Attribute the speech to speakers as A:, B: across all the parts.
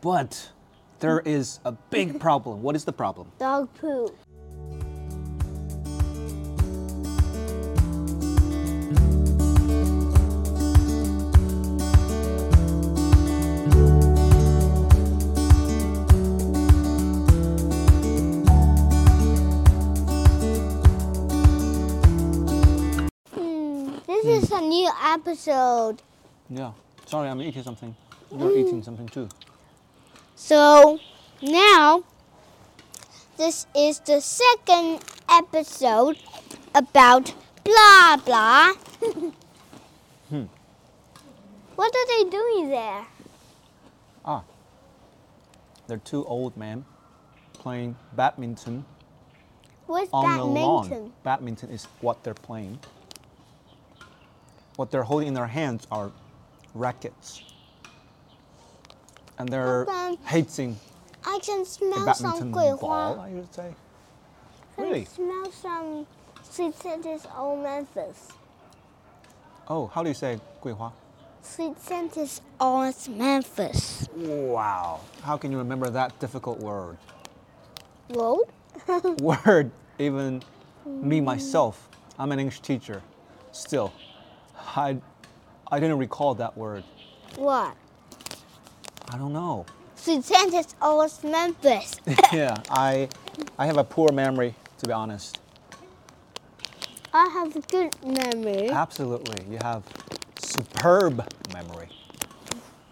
A: But there is a big problem. What is the problem?
B: Dog poo. Hmm, this is a new episode.
A: Yeah. Sorry, I'm eating something. You're eating something too.
B: So now, this is the second episode about blah blah. What are they doing there?
A: Ah. They're two old men playing badminton
B: What's
A: on the lawn.
B: badminton?
A: Badminton is what they're playing. What they're holding in their hands are rackets. And they're
B: Okay.
A: hitting
B: I can
A: the
B: smell some
A: badminton ball,
B: guihua.
A: I would say.
B: I can
A: Really?
B: smell some sweet scented old memphis.
A: Oh, how do you say guihua?
B: Sweet scented old memphis.
A: Wow. How can you remember that difficult word?
B: Road?
A: Word, even me myself, I'm an English teacher. Still, I, I didn't recall that word.
B: What?
A: I don't know.
B: Sweet scented old memphis.
A: yeah, I, I have a poor memory, to be honest.
B: I have a good memory.
A: Absolutely, you have superb memory.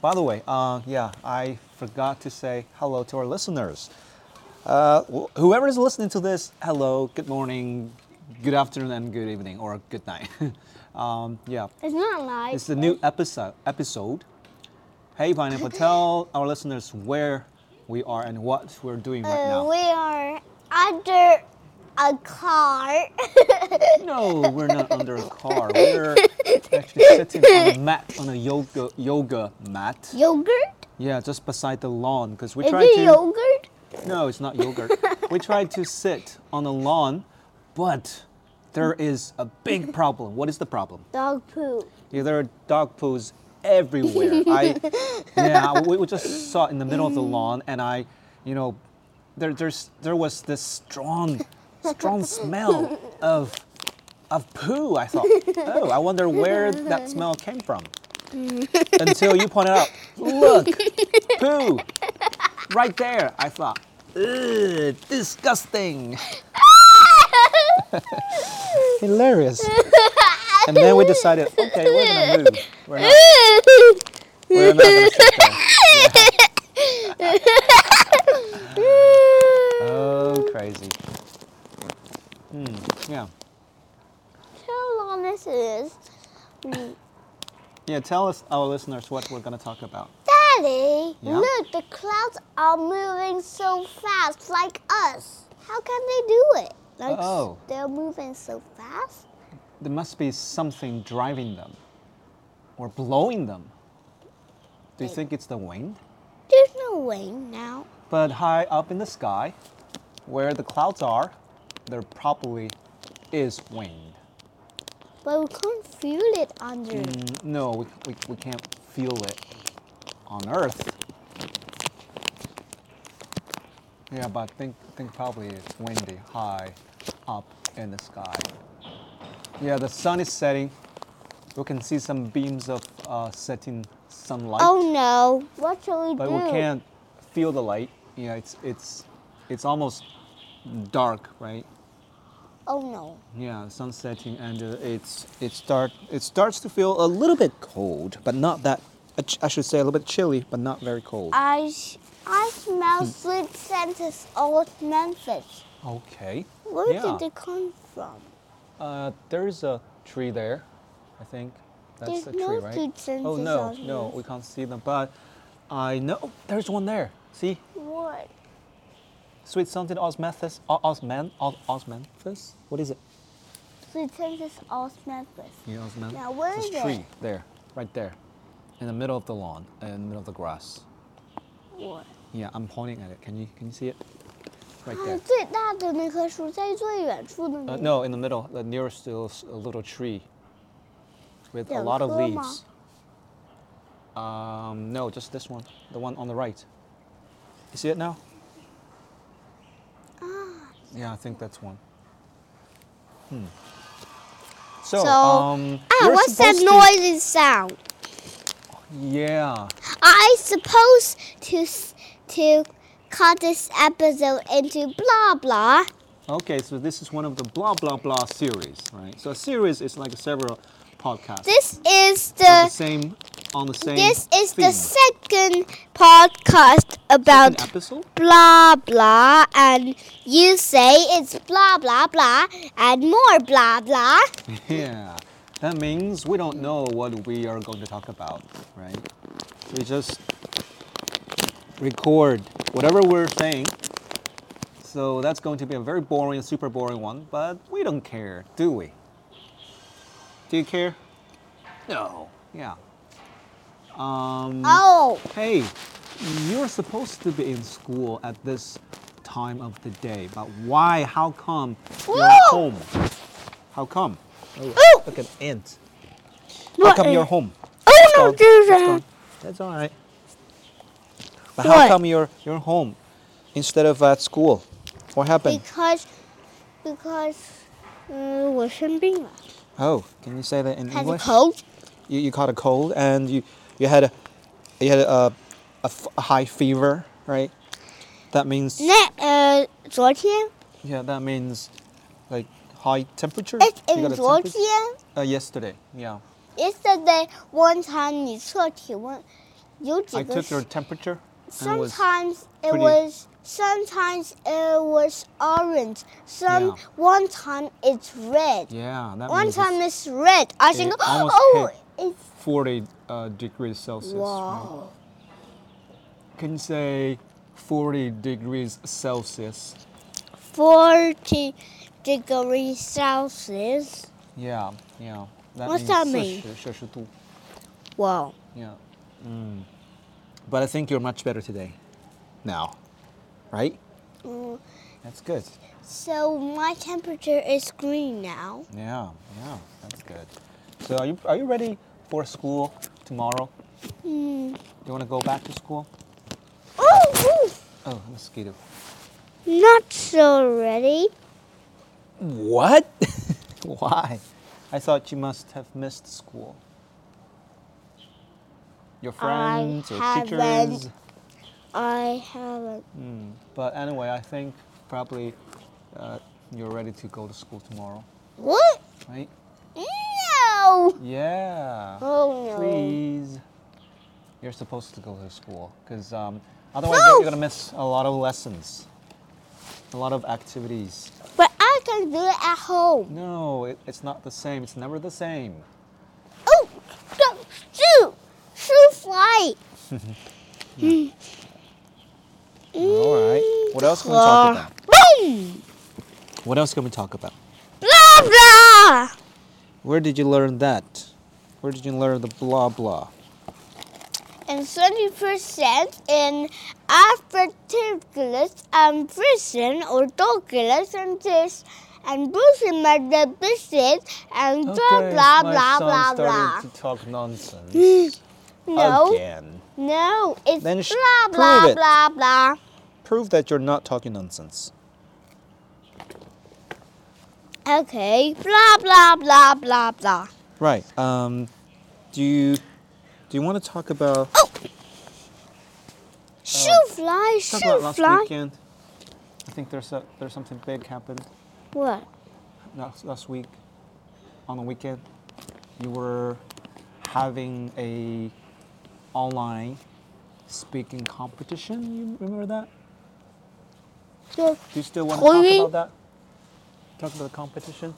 A: By the way, uh, yeah, I forgot to say hello to our listeners. Uh, wh- whoever is listening to this, hello, good morning, good afternoon, and good evening, or good night. um, yeah,
B: It's not like
A: it's the new episode. Episode. Hey, Pineapple, tell our listeners where we are and what we're doing
B: uh,
A: right now.
B: we are under a car.
A: No, we're not under a car. We're actually sitting on a mat, on a yoga yoga mat.
B: yogurt?
A: Yeah, just beside the lawn, because we
B: Is
A: tried
B: it
A: to.
B: yogurt?
A: No, it's not yogurt. we tried to sit on the lawn, but there is a big problem. What is the problem?
B: Dog poo.
A: Yeah, there are dog poos everywhere. I, yeah, we, we just saw it in the middle of the lawn, and I, you know, there, there's, there was this strong, strong smell of, of poo. I thought, oh, I wonder where that smell came from. Until you pointed out, look, poo, right there. I thought, ugh, disgusting, hilarious. And then we decided, okay, we're gonna move. We're not, we're not gonna sit there. Yeah. Oh, crazy. Hmm. yeah.
B: How long this is?
A: Yeah, tell us, our listeners, what we're gonna talk about.
B: Daddy,
A: Yeah?
B: look, the clouds are moving so fast, like us. How can they do it? Like s-
A: Uh-oh.
B: they're moving so fast?
A: There must be something driving them or blowing them. Do you think it's the wind?
B: There's no wind now.
A: But high up in the sky, where the clouds are, there probably is wind.
B: But we can't feel it under.
A: Mm, No, we, we, we can't feel it on Earth. Yeah, but think think probably it's windy high up in the sky. Yeah, the sun is setting. We can see some beams of uh, setting sunlight,
B: Oh no. What shall we
A: but
B: do?
A: we can't feel the light. Yeah, it's it's it's almost dark, right?
B: Oh no.
A: Yeah, sun setting and uh, it's it start it starts to feel a little bit cold, but not that I ch- I should say a little bit chilly, but not very cold.
B: I sh- I smell
A: Hmm.
B: sweet scented old Memphis.
A: Okay.
B: Where
A: yeah.
B: did it come from?
A: Uh, there is a tree there, I think. That's
B: There's
A: a
B: no
A: tree, right?
B: food
A: oh
B: sensors
A: no,
B: out
A: no,
B: here.
A: we can't see them. But I know oh, there's one there. See,
B: What?
A: sweet scented osmanthus, o- osman, os- osmanthus. What is it?
B: Sweet scented old Memphis.
A: You know, osman.
B: Now, where
A: it's
B: is
A: a
B: it?
A: tree there, right there, in the middle of the lawn, in the middle of the grass.
B: What? Ah,
A: Yeah, I'm pointing at it. Can you can you see it? Right
B: 它
A: there.
B: 最大的那棵树在最远处的
A: Uh,
B: 那个
A: no, in the middle, the nearest to is a little tree with a
B: Yeah,
A: lot of
B: Roma.
A: leaves. Um, no, just this one, the one on the right. You see it now?
B: Ah.
A: Yeah, I think that's one. Hmm. So,
B: So-
A: um,
B: Ah,
A: you're
B: what's that
A: supposed to-
B: noisy sound?
A: Yeah.
B: I suppose to s- to cut this episode into blah blah.
A: Okay, so this is one of the blah blah blah series, right? So a series is like several podcasts.
B: This is
A: on the
B: the
A: same on the same
B: this is
A: theme.
B: the second podcast about
A: Second episode?
B: blah blah, and you say it's blah blah blah and more blah blah.
A: Yeah. That means we don't know what we are going to talk about, right? We just record whatever we're saying. So that's going to be a very boring, super boring one, but we don't care, do we? Do you care? No. Yeah. Um,
B: Oh,
A: Hey, you're supposed to be in school at this time of the day, but why? How come you're at
B: Woo!
A: home? How come? Oh,
B: Ooh!
A: Look at ant. How
B: What
A: come you're
B: ant?
A: home?
B: oh no,
A: Gone.
B: do
A: It's gone.
B: that.
A: That's all right. But
B: What?
A: how come you're you're home instead of at school? What happened?
B: Because because uh, 我生病了。
A: Oh, can you say that in
B: Has a
A: English?
B: cold.
A: You, you caught a cold and you you had a you had a, a f- a high fever, right? That means
B: uh, 那呃，昨天
A: Yeah, that means like high temperature.
B: It's
A: You got
B: in
A: a
B: 昨
A: temperature?
B: 天
A: 呃 yesterday. Yeah.
B: yesterday one time 你测体温，有几
A: I
B: 个
A: took your temperature. and it was-
B: sometimes it
A: pretty-
B: was sometimes it was orange. Some
A: Yeah.
B: one time it's red.
A: yeah, that
B: One
A: means
B: time it's red. I think
A: it almost
B: oh
A: hit
B: it's
A: it's 40 uh, degrees Celsius. right?
B: wow.
A: Can you say 40 degrees Celsius?
B: 40 degrees Celsius.
A: Yeah, yeah. That means
B: What's that mean?
A: 40, 40度.
B: Wow.
A: Yeah. Mm. But I think you're much better today. Now. Right?
B: Mm,
A: That's good.
B: So my temperature is green now.
A: Yeah, yeah. That's good. So are you are you ready for school tomorrow?
B: Hmm.
A: Do you want to go back to school?
B: Oh, ooh,
A: Oh, a mosquito.
B: not so ready.
A: What? Why? I thought you must have missed school. Your
B: I
A: friends, your
B: haven't.
A: teachers.
B: I haven't.
A: Mm. But anyway, I think probably uh, you're ready to go to school tomorrow,
B: What?
A: right?
B: No.
A: Yeah.
B: Oh no.
A: Please. You're supposed to go to school because um, otherwise
B: No.
A: you're gonna miss a lot of lessons, a lot of activities.
B: But I can do it at home.
A: No, it, it's not the same. It's never the same.
B: Oh, go shoot, shoot fly.
A: All right. Hmm. What else can we talk
B: Ah.
A: about?
B: Boom.
A: What else can we talk about?
B: Blah blah.
A: Where did you learn that? Where did you learn the blah blah?
B: And seventy percent in Africanus and prison or Douglas and this and Bruce made the business and blah blah
A: my
B: blah
A: son
B: blah blah.
A: started to talk nonsense
B: No.
A: again.
B: No, it's
A: Then sh-
B: blah
A: prove
B: blah
A: it.
B: blah blah.
A: Prove that you're not talking nonsense.
B: Okay, blah blah blah blah blah.
A: Right. Um, do you do you want to talk about
B: Shoot fly,
A: talk about
B: shoot
A: last
B: fly.
A: weekend? I think there's a, there's something big happened
B: What?
A: last, last week. On the weekend, you were having a online speaking competition. You remember that?
B: This
A: Do you still want to talk
B: Chloe?
A: about that? Talk about the competition?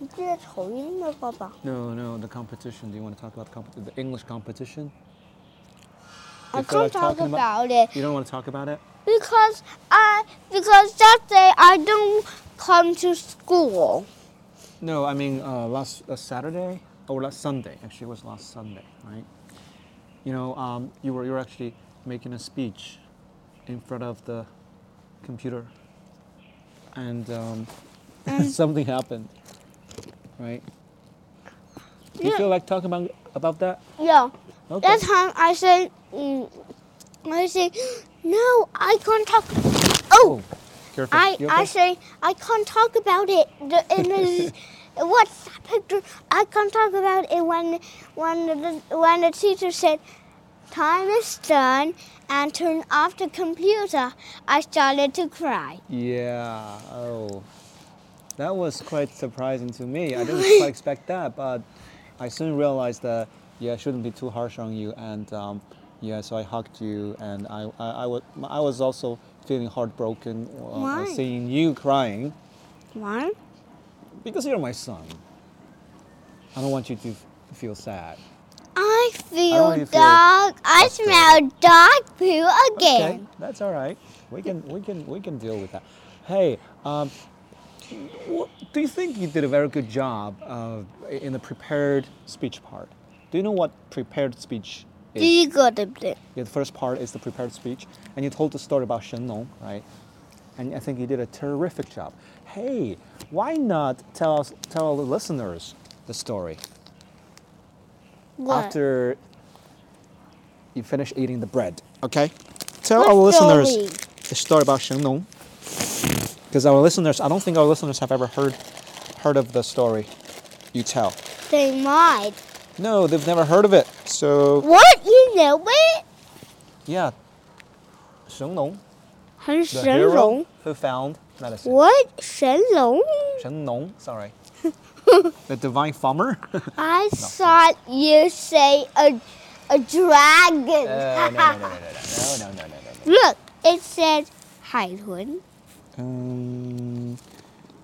B: 你记得口音吗，爸爸
A: No, no, the competition. Do you want to talk about the, compet- the English competition?
B: I
A: You feel
B: can't
A: like
B: talk
A: talking
B: about it
A: You don't want to talk about it?
B: because I because that day I don't come to school.
A: No, I mean uh, last uh, Saturday or last Sunday. Actually, it was last Sunday, right? You know, um, you were you were actually making a speech in front of the computer, and um,
B: Mm.
A: something happened, right? Do you
B: Yeah.
A: feel like talking about about that?
B: Yeah,
A: Okay.
B: that time I said mm, I say, no, I can't talk. Oh,
A: Careful.
B: I,
A: You okay?
B: I say, I can't talk about it the, in the WhatsApp picture. I can't talk about it when, when, the, when the teacher said, time is done and turn off the computer. I started to cry.
A: Yeah. Oh, that was quite surprising to me. I didn't quite expect that, but I soon realized that yeah, I shouldn't be too harsh on you, and um, yeah, so I hugged you, and I I, I was I was also feeling heartbroken uh,
B: Why?
A: seeing you crying
B: Why?
A: because you're my son. I don't want you to f- feel sad.
B: I
A: don't
B: feel
A: really feel
B: dog. I
A: frustrated.
B: smell dog poo
A: Okay,
B: again.
A: that's all right. We can we can we can deal with that. Hey, um, wh- do you think you did a very good job of in the prepared speech part? Do you know what prepared speech is?
B: Do you got the blue?
A: Yeah, the first part is the prepared speech, and you told the story about Shen Nong, right? And I think you did a terrific job. Hey, why not tell us tell the listeners the story
B: What?
A: after you finish eating the bread? Okay, tell
B: What
A: our listeners
B: story?
A: the story about Shen Nong, because our listeners, I don't think our listeners have ever heard heard of the story you tell.
B: They might.
A: No, they've never heard of it. So
B: What? You know it?
A: yeah, Shen Nong.
B: Hen
A: the
B: Shen
A: hero
B: Rong.
A: who found medicine.
B: What? Shen Rong?
A: Shen Nong, sorry. the divine farmer? Uh,
B: I thought you say a, a dragon.
A: Uh, no, no, no, no, no, no, no, no, no, no, no.
B: Look, it says Hai Lun.
A: Um,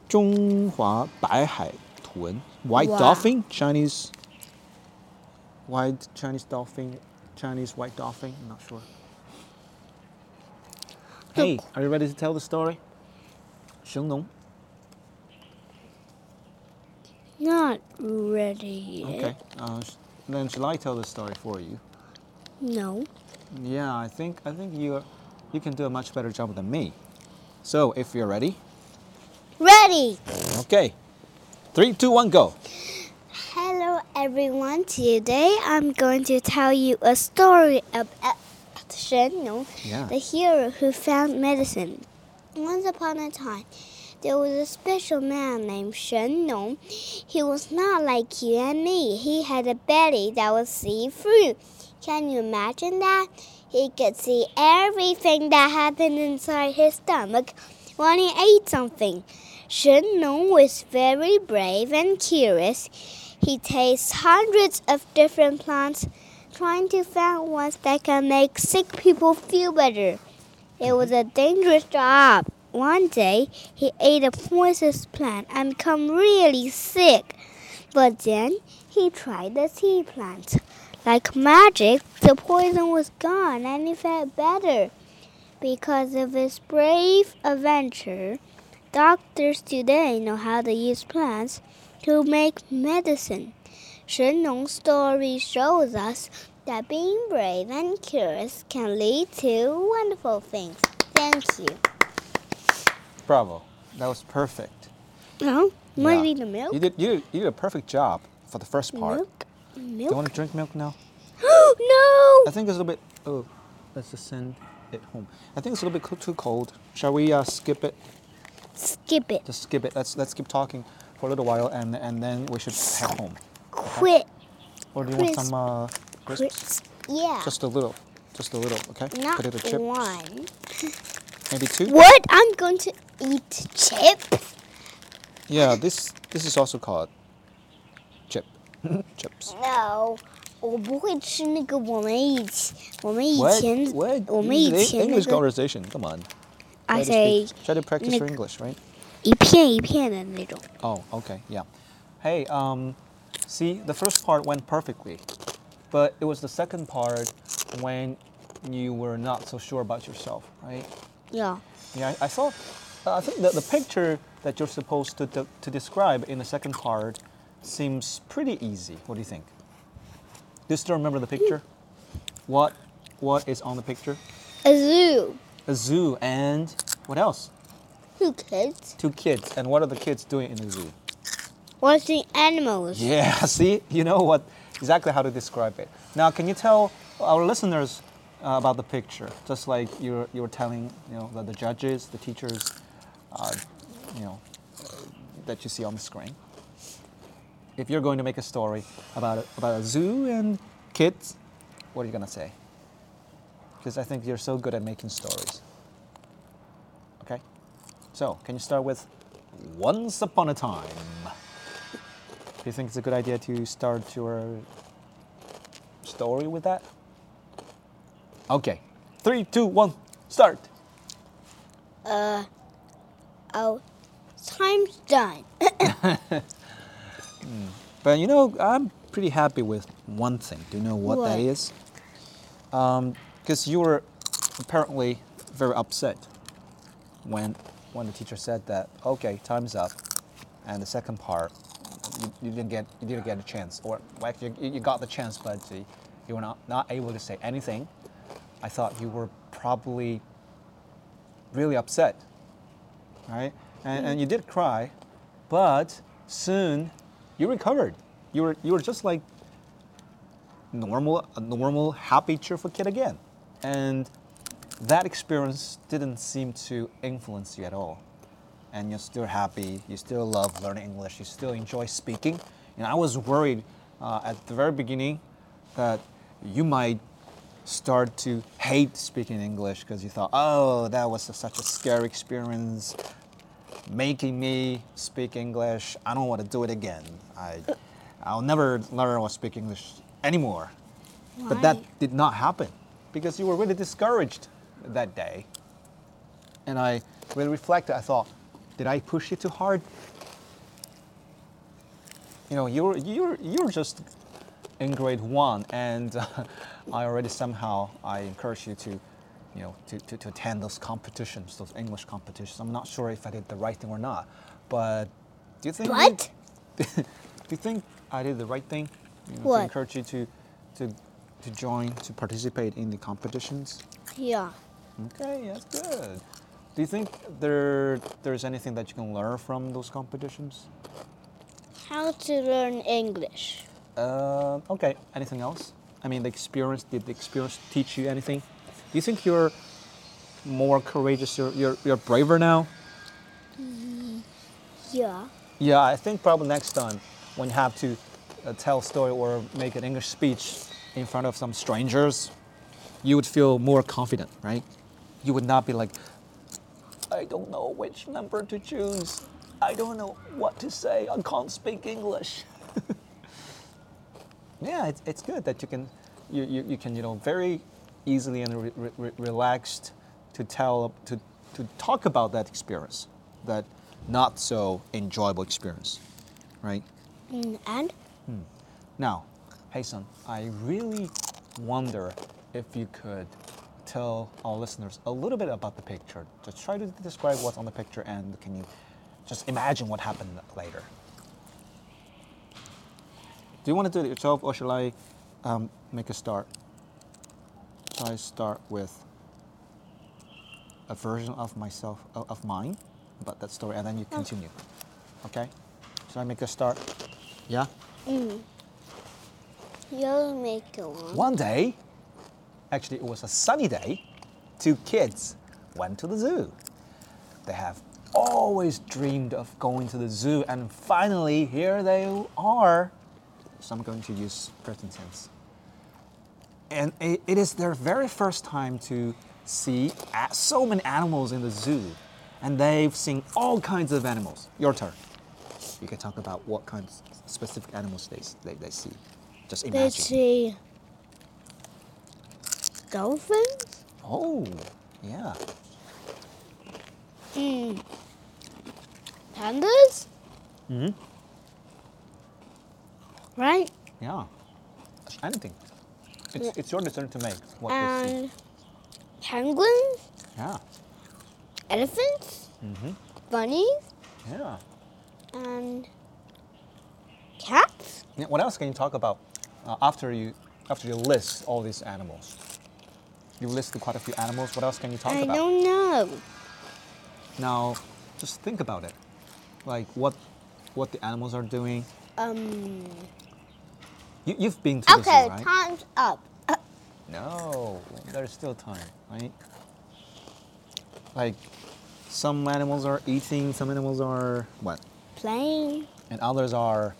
A: 中华白海豚, white
B: Wow.
A: dolphin, Chinese, white Chinese dolphin, Chinese white dolphin, I'm not sure. Hey, are you ready to tell the story? Shen Nong.
B: Not ready yet.
A: Okay. Uh, sh- then shall I tell the story for you?
B: No.
A: Yeah, I think I think you you can do a much better job than me. So if you're ready,
B: Ready.
A: okay, three, two, one, go.
B: Hello everyone. Today I'm going to tell you a story about Shen Nong,
A: Yeah.
B: the hero who found medicine. Once upon a time, there was a special man named Shen Nong. He was not like you and me. He had a belly that was see-through. Can you imagine that? He could see everything that happened inside his stomach when he ate something. Shen Nong was very brave and curious. He tastes hundreds of different plants, trying to find ones that can make sick people feel better. It was a dangerous job. One day, he ate a poisonous plant and became really sick. But then he tried the tea plant. Like magic, the poison was gone and he felt better. Because of his brave adventure, doctors today know how to use plants to make medicine. Shen Nong's story shows us that being brave and curious can lead to wonderful things. Thank you.
A: Bravo, that was perfect.
B: Oh, want
A: Yeah.
B: to be the milk?
A: You did you, you did a perfect job for the first part.
B: Milk?
A: Do you
B: Milk?
A: want to drink milk now? I
B: no!
A: think it's a little bit. Oh, let's just send it home. I think it's a little bit co- too cold. Shall we uh, skip it?
B: Skip it.
A: Just skip it. Let's let's keep talking for a little while, and and then we should head home.
B: Quit.
A: Or do you
B: Crisp.
A: want some uh, crisps?
B: Quit. Yeah.
A: Just a little, just a little. Okay.
B: Not
A: Potato chip.
B: one.
A: Maybe two.
B: What? I'm going to eat chip?
A: Yeah, this this is also called chip chips.
B: No. Oh, 我不会吃那个我们以前我们以
A: What?
B: 前
A: What?
B: 我们以
A: This is
B: 前
A: English
B: 那个
A: conversation. Come on.
B: I
A: Try to
B: say
A: speak- try to practice
B: 那
A: your
B: 个
A: English, right?
B: 一片一片的那种。
A: Oh, okay, yeah. Hey, um, see, the first part went perfectly, but it was the second part when you were not so sure about yourself, right?
B: Yeah.
A: Yeah, I, I saw. Uh, I think that the picture that you're supposed to, to to describe in the second part seems pretty easy. What do you think? Do you still remember the picture? What what is on the picture?
B: A zoo.
A: A zoo and what else?
B: Who kids?
A: Two kids. And what are the kids doing in the zoo?
B: Watching animals.
A: Yeah. See, you know what exactly how to describe it. Now, can you tell our listeners uh, about the picture, just like you were, you were telling you know the, the judges, the teachers, uh, you know that you see on the screen. If you're going to make a story about a, about a zoo and kids, what are you gonna say? Because I think you're so good at making stories. Okay, so can you start with "Once Upon a Time"? Do you think it's a good idea to start your story with that? Okay. Three, two, one, start.
B: Oh, time's done.
A: But you know, I'm pretty happy with one thing. Do you know what, that
B: What?
A: is? Because you were apparently very upset when when the teacher said that. Okay, time's up. And the second part, you, you didn't get you didn't get a chance, or well, actually, you, you got the chance, but you, you were not not able to say anything. I thought you were probably really upset, right? And, and you did cry, but soon you recovered. You were you were just like normal, a normal, happy, cheerful kid again, and that experience didn't seem to influence you at all. And you're still happy. You still love learning English. You still enjoy speaking. And I was worried uh, at the very beginning that you might start to hate speaking English because you thought, oh, that was such a scary experience making me speak English. I don't want to do it again. I, I'll never learn or speak English anymore. But that
B: Why?
A: did not happen because you were really discouraged that day. And I really reflected. I thought, did I push you too hard? You know, you're you're you're just in grade one, and uh, I already somehow I encourage you to, you know, to, to, to attend those competitions, those English competitions. I'm not sure if I did the right thing or not, but do you think you-
B: What?
A: do you think I did the right thing? You know,
B: What?
A: To encourage you to, to, to join, to participate in the competitions?
B: Yeah.
A: Okay, that's good. Do you think there, there's anything that you can learn from those competitions?
B: How to learn English?
A: Uh, okay, anything else? I mean, the experience, did the experience teach you anything? Do you think you're more courageous, you're, you're, you're braver now?
B: Yeah.
A: Yeah, I think probably next time when you have to uh, tell a story or make an English speech in front of some strangers, you would feel more confident, right? You would not be like, I don't know which number to choose. I don't know what to say. I can't speak English. yeah, it's, it's good that you can, you, you, you can, you know, very easily and re- re- re- relaxed to tell, to, to talk about that experience, that not so enjoyable experience, right?
B: Mm, And
A: Now, Hasan, I really wonder if you could tell our listeners a little bit about the picture. Just try to describe what's on the picture and can you just imagine what happened later? Do you want to do it yourself or shall I um, make a start? Shall I start with a version of myself, of of mine, about that story, and then you continue? Okay? Shall I make a start? Yeah?
B: you'll make it one.
A: One day, actually, it was a sunny day, two kids went to the zoo. They have always dreamed of going to the zoo, and finally, here they are. So I'm going to use present tense. And it, it is their very first time to see a- so many animals in the zoo. And they've seen all kinds of animals. Your turn. You can talk about what kinds specific animals they, s- they, they see. Just imagine.
B: They see dolphins,
A: Oh, yeah.
B: Mm. pandas. Mm-hmm. Right?
A: Yeah. Anything. It's,
B: Yeah.
A: it's your decision to make what you see.
B: And penguins,
A: Yeah.
B: elephants,
A: Mm-hmm.
B: bunnies,
A: Yeah.
B: and cats.
A: Yeah, What else can you talk about uh, after you after you list all these animals? You listed quite a few animals. What else can you talk
B: I
A: about?
B: don't know.
A: Now, just think about it. Like what what the animals are doing.
B: Um.
A: You, you've been to the
B: Okay,
A: zoo, right?
B: time's up.
A: No, there's still time, right? Like, some animals are eating, some animals are what?
B: Playing.
A: And others are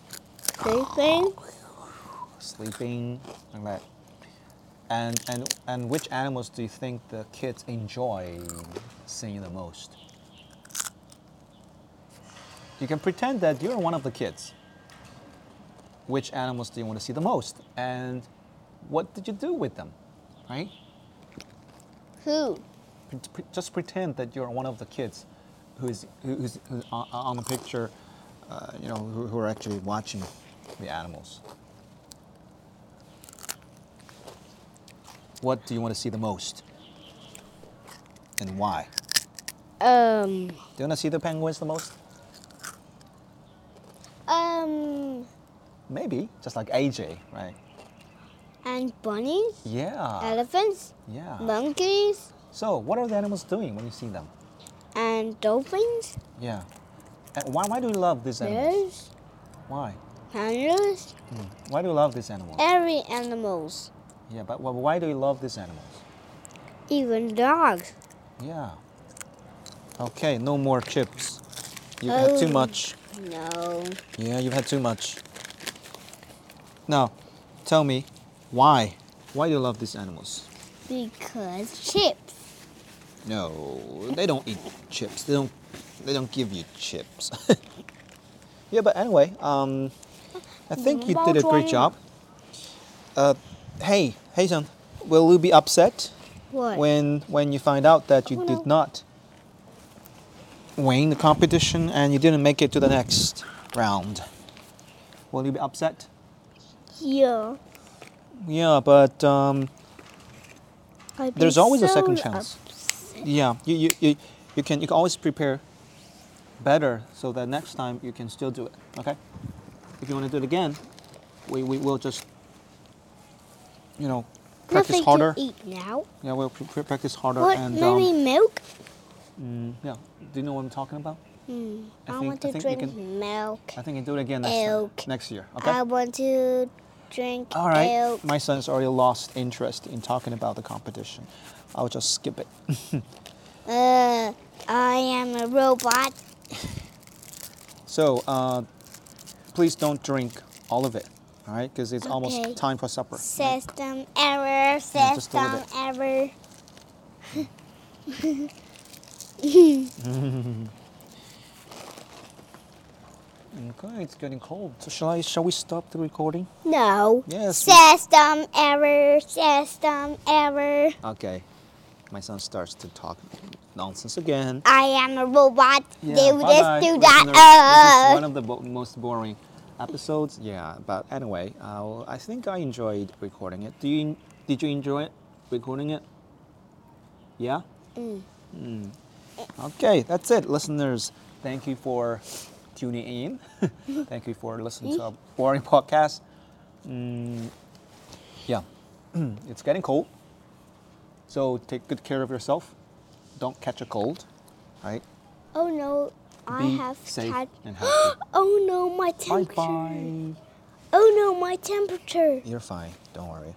B: Sleeping.
A: sleeping, like that. And, and, and which animals do you think the kids enjoy seeing the most? You can pretend that you're one of the kids. Which animals do you want to see the most? And what did you do with them? Right?
B: Who?
A: Pre- pre- Just pretend that you're one of the kids who's, who's, who's on, on the picture, uh, you know, who, who are actually watching the animals. What do you want to see the most? And why?
B: Um.
A: Do you want to see the penguins the most?
B: Um.
A: Maybe, just like AJ, right?
B: And bunnies,
A: Yeah.
B: elephants,
A: Yeah.
B: monkeys,
A: So, what are the animals doing when you see them?
B: and dolphins,
A: Yeah. And why, why do you love these animals?
B: bears,
A: Why?
B: pandas,
A: Why do you love these animals?
B: every animals,
A: Yeah, but wh- why do you love these animals?
B: even dogs.
A: Yeah. Okay, no more chips. You've had too
B: Oh.
A: much.
B: No.
A: Yeah, you've had too much. Now, tell me, why? Why do you love these animals?
B: Because chips.
A: No, they don't eat chips. They don't. They don't give you chips. yeah, but anyway, um, I think you did a great job. Uh, hey, hey, son, will you be upset
B: What?
A: when when you find out that you
B: Oh,
A: did
B: no.
A: not win the competition and you didn't make it to the next round? Will you be upset?
B: yeah.
A: Yeah, but um,
B: I'd be
A: There's always a
B: so
A: second chance.
B: upset.
A: Yeah, you, you, you, you can you can always prepare better so that next time you can still do it. Okay, if you want to do it again, we, we will just you know practice
B: Nothing
A: harder.
B: To eat now.
A: Yeah, we'll pr- pr- practice harder
B: E What?
A: and
B: Maybe
A: um,
B: milk?
A: mm, yeah. Do you know what I'm talking about?
B: Hmm.
A: I
B: I,
A: think-
B: want
A: I
B: to
A: think we
B: drink
A: can-
B: milk.
A: I think you do it again next
B: Elk.
A: time, next year. Okay.
B: I want to drink
A: All right.
B: milk.
A: My son's already lost interest in talking about the competition. I'll just skip it.
B: Uh, I am a robot.
A: So uh, please don't drink all of it, all right? Because it's
B: Okay.
A: almost time for supper. right?
B: System error.
A: just a little
B: System error.
A: Okay, it's getting cold. So shall I? Shall we stop the recording?
B: No.
A: Yes, we-
B: System error. System error.
A: Okay. My son starts to talk nonsense again.
B: I am a robot. do
A: bye-bye,
B: this, do Uh.
A: listeners. This is
B: that. Oh.
A: one of the bo- most boring episodes. Yeah, but anyway, uh, I think I enjoyed recording it. Do you? Did you enjoy it, recording it? Yeah.
B: Mm.
A: Mm. Okay, that's it, listeners. Thank you for tuning in. Thank you for listening to our boring podcast. Mm, yeah, it's getting cold, so take good care of yourself. Don't catch a cold, right?
B: Uh, oh no, I
A: Be
B: have
A: safe
B: cat-
A: and healthy.
B: Oh no, my
A: bye bye.
B: temperature. Oh no, my temperature.
A: You're fine. Don't worry.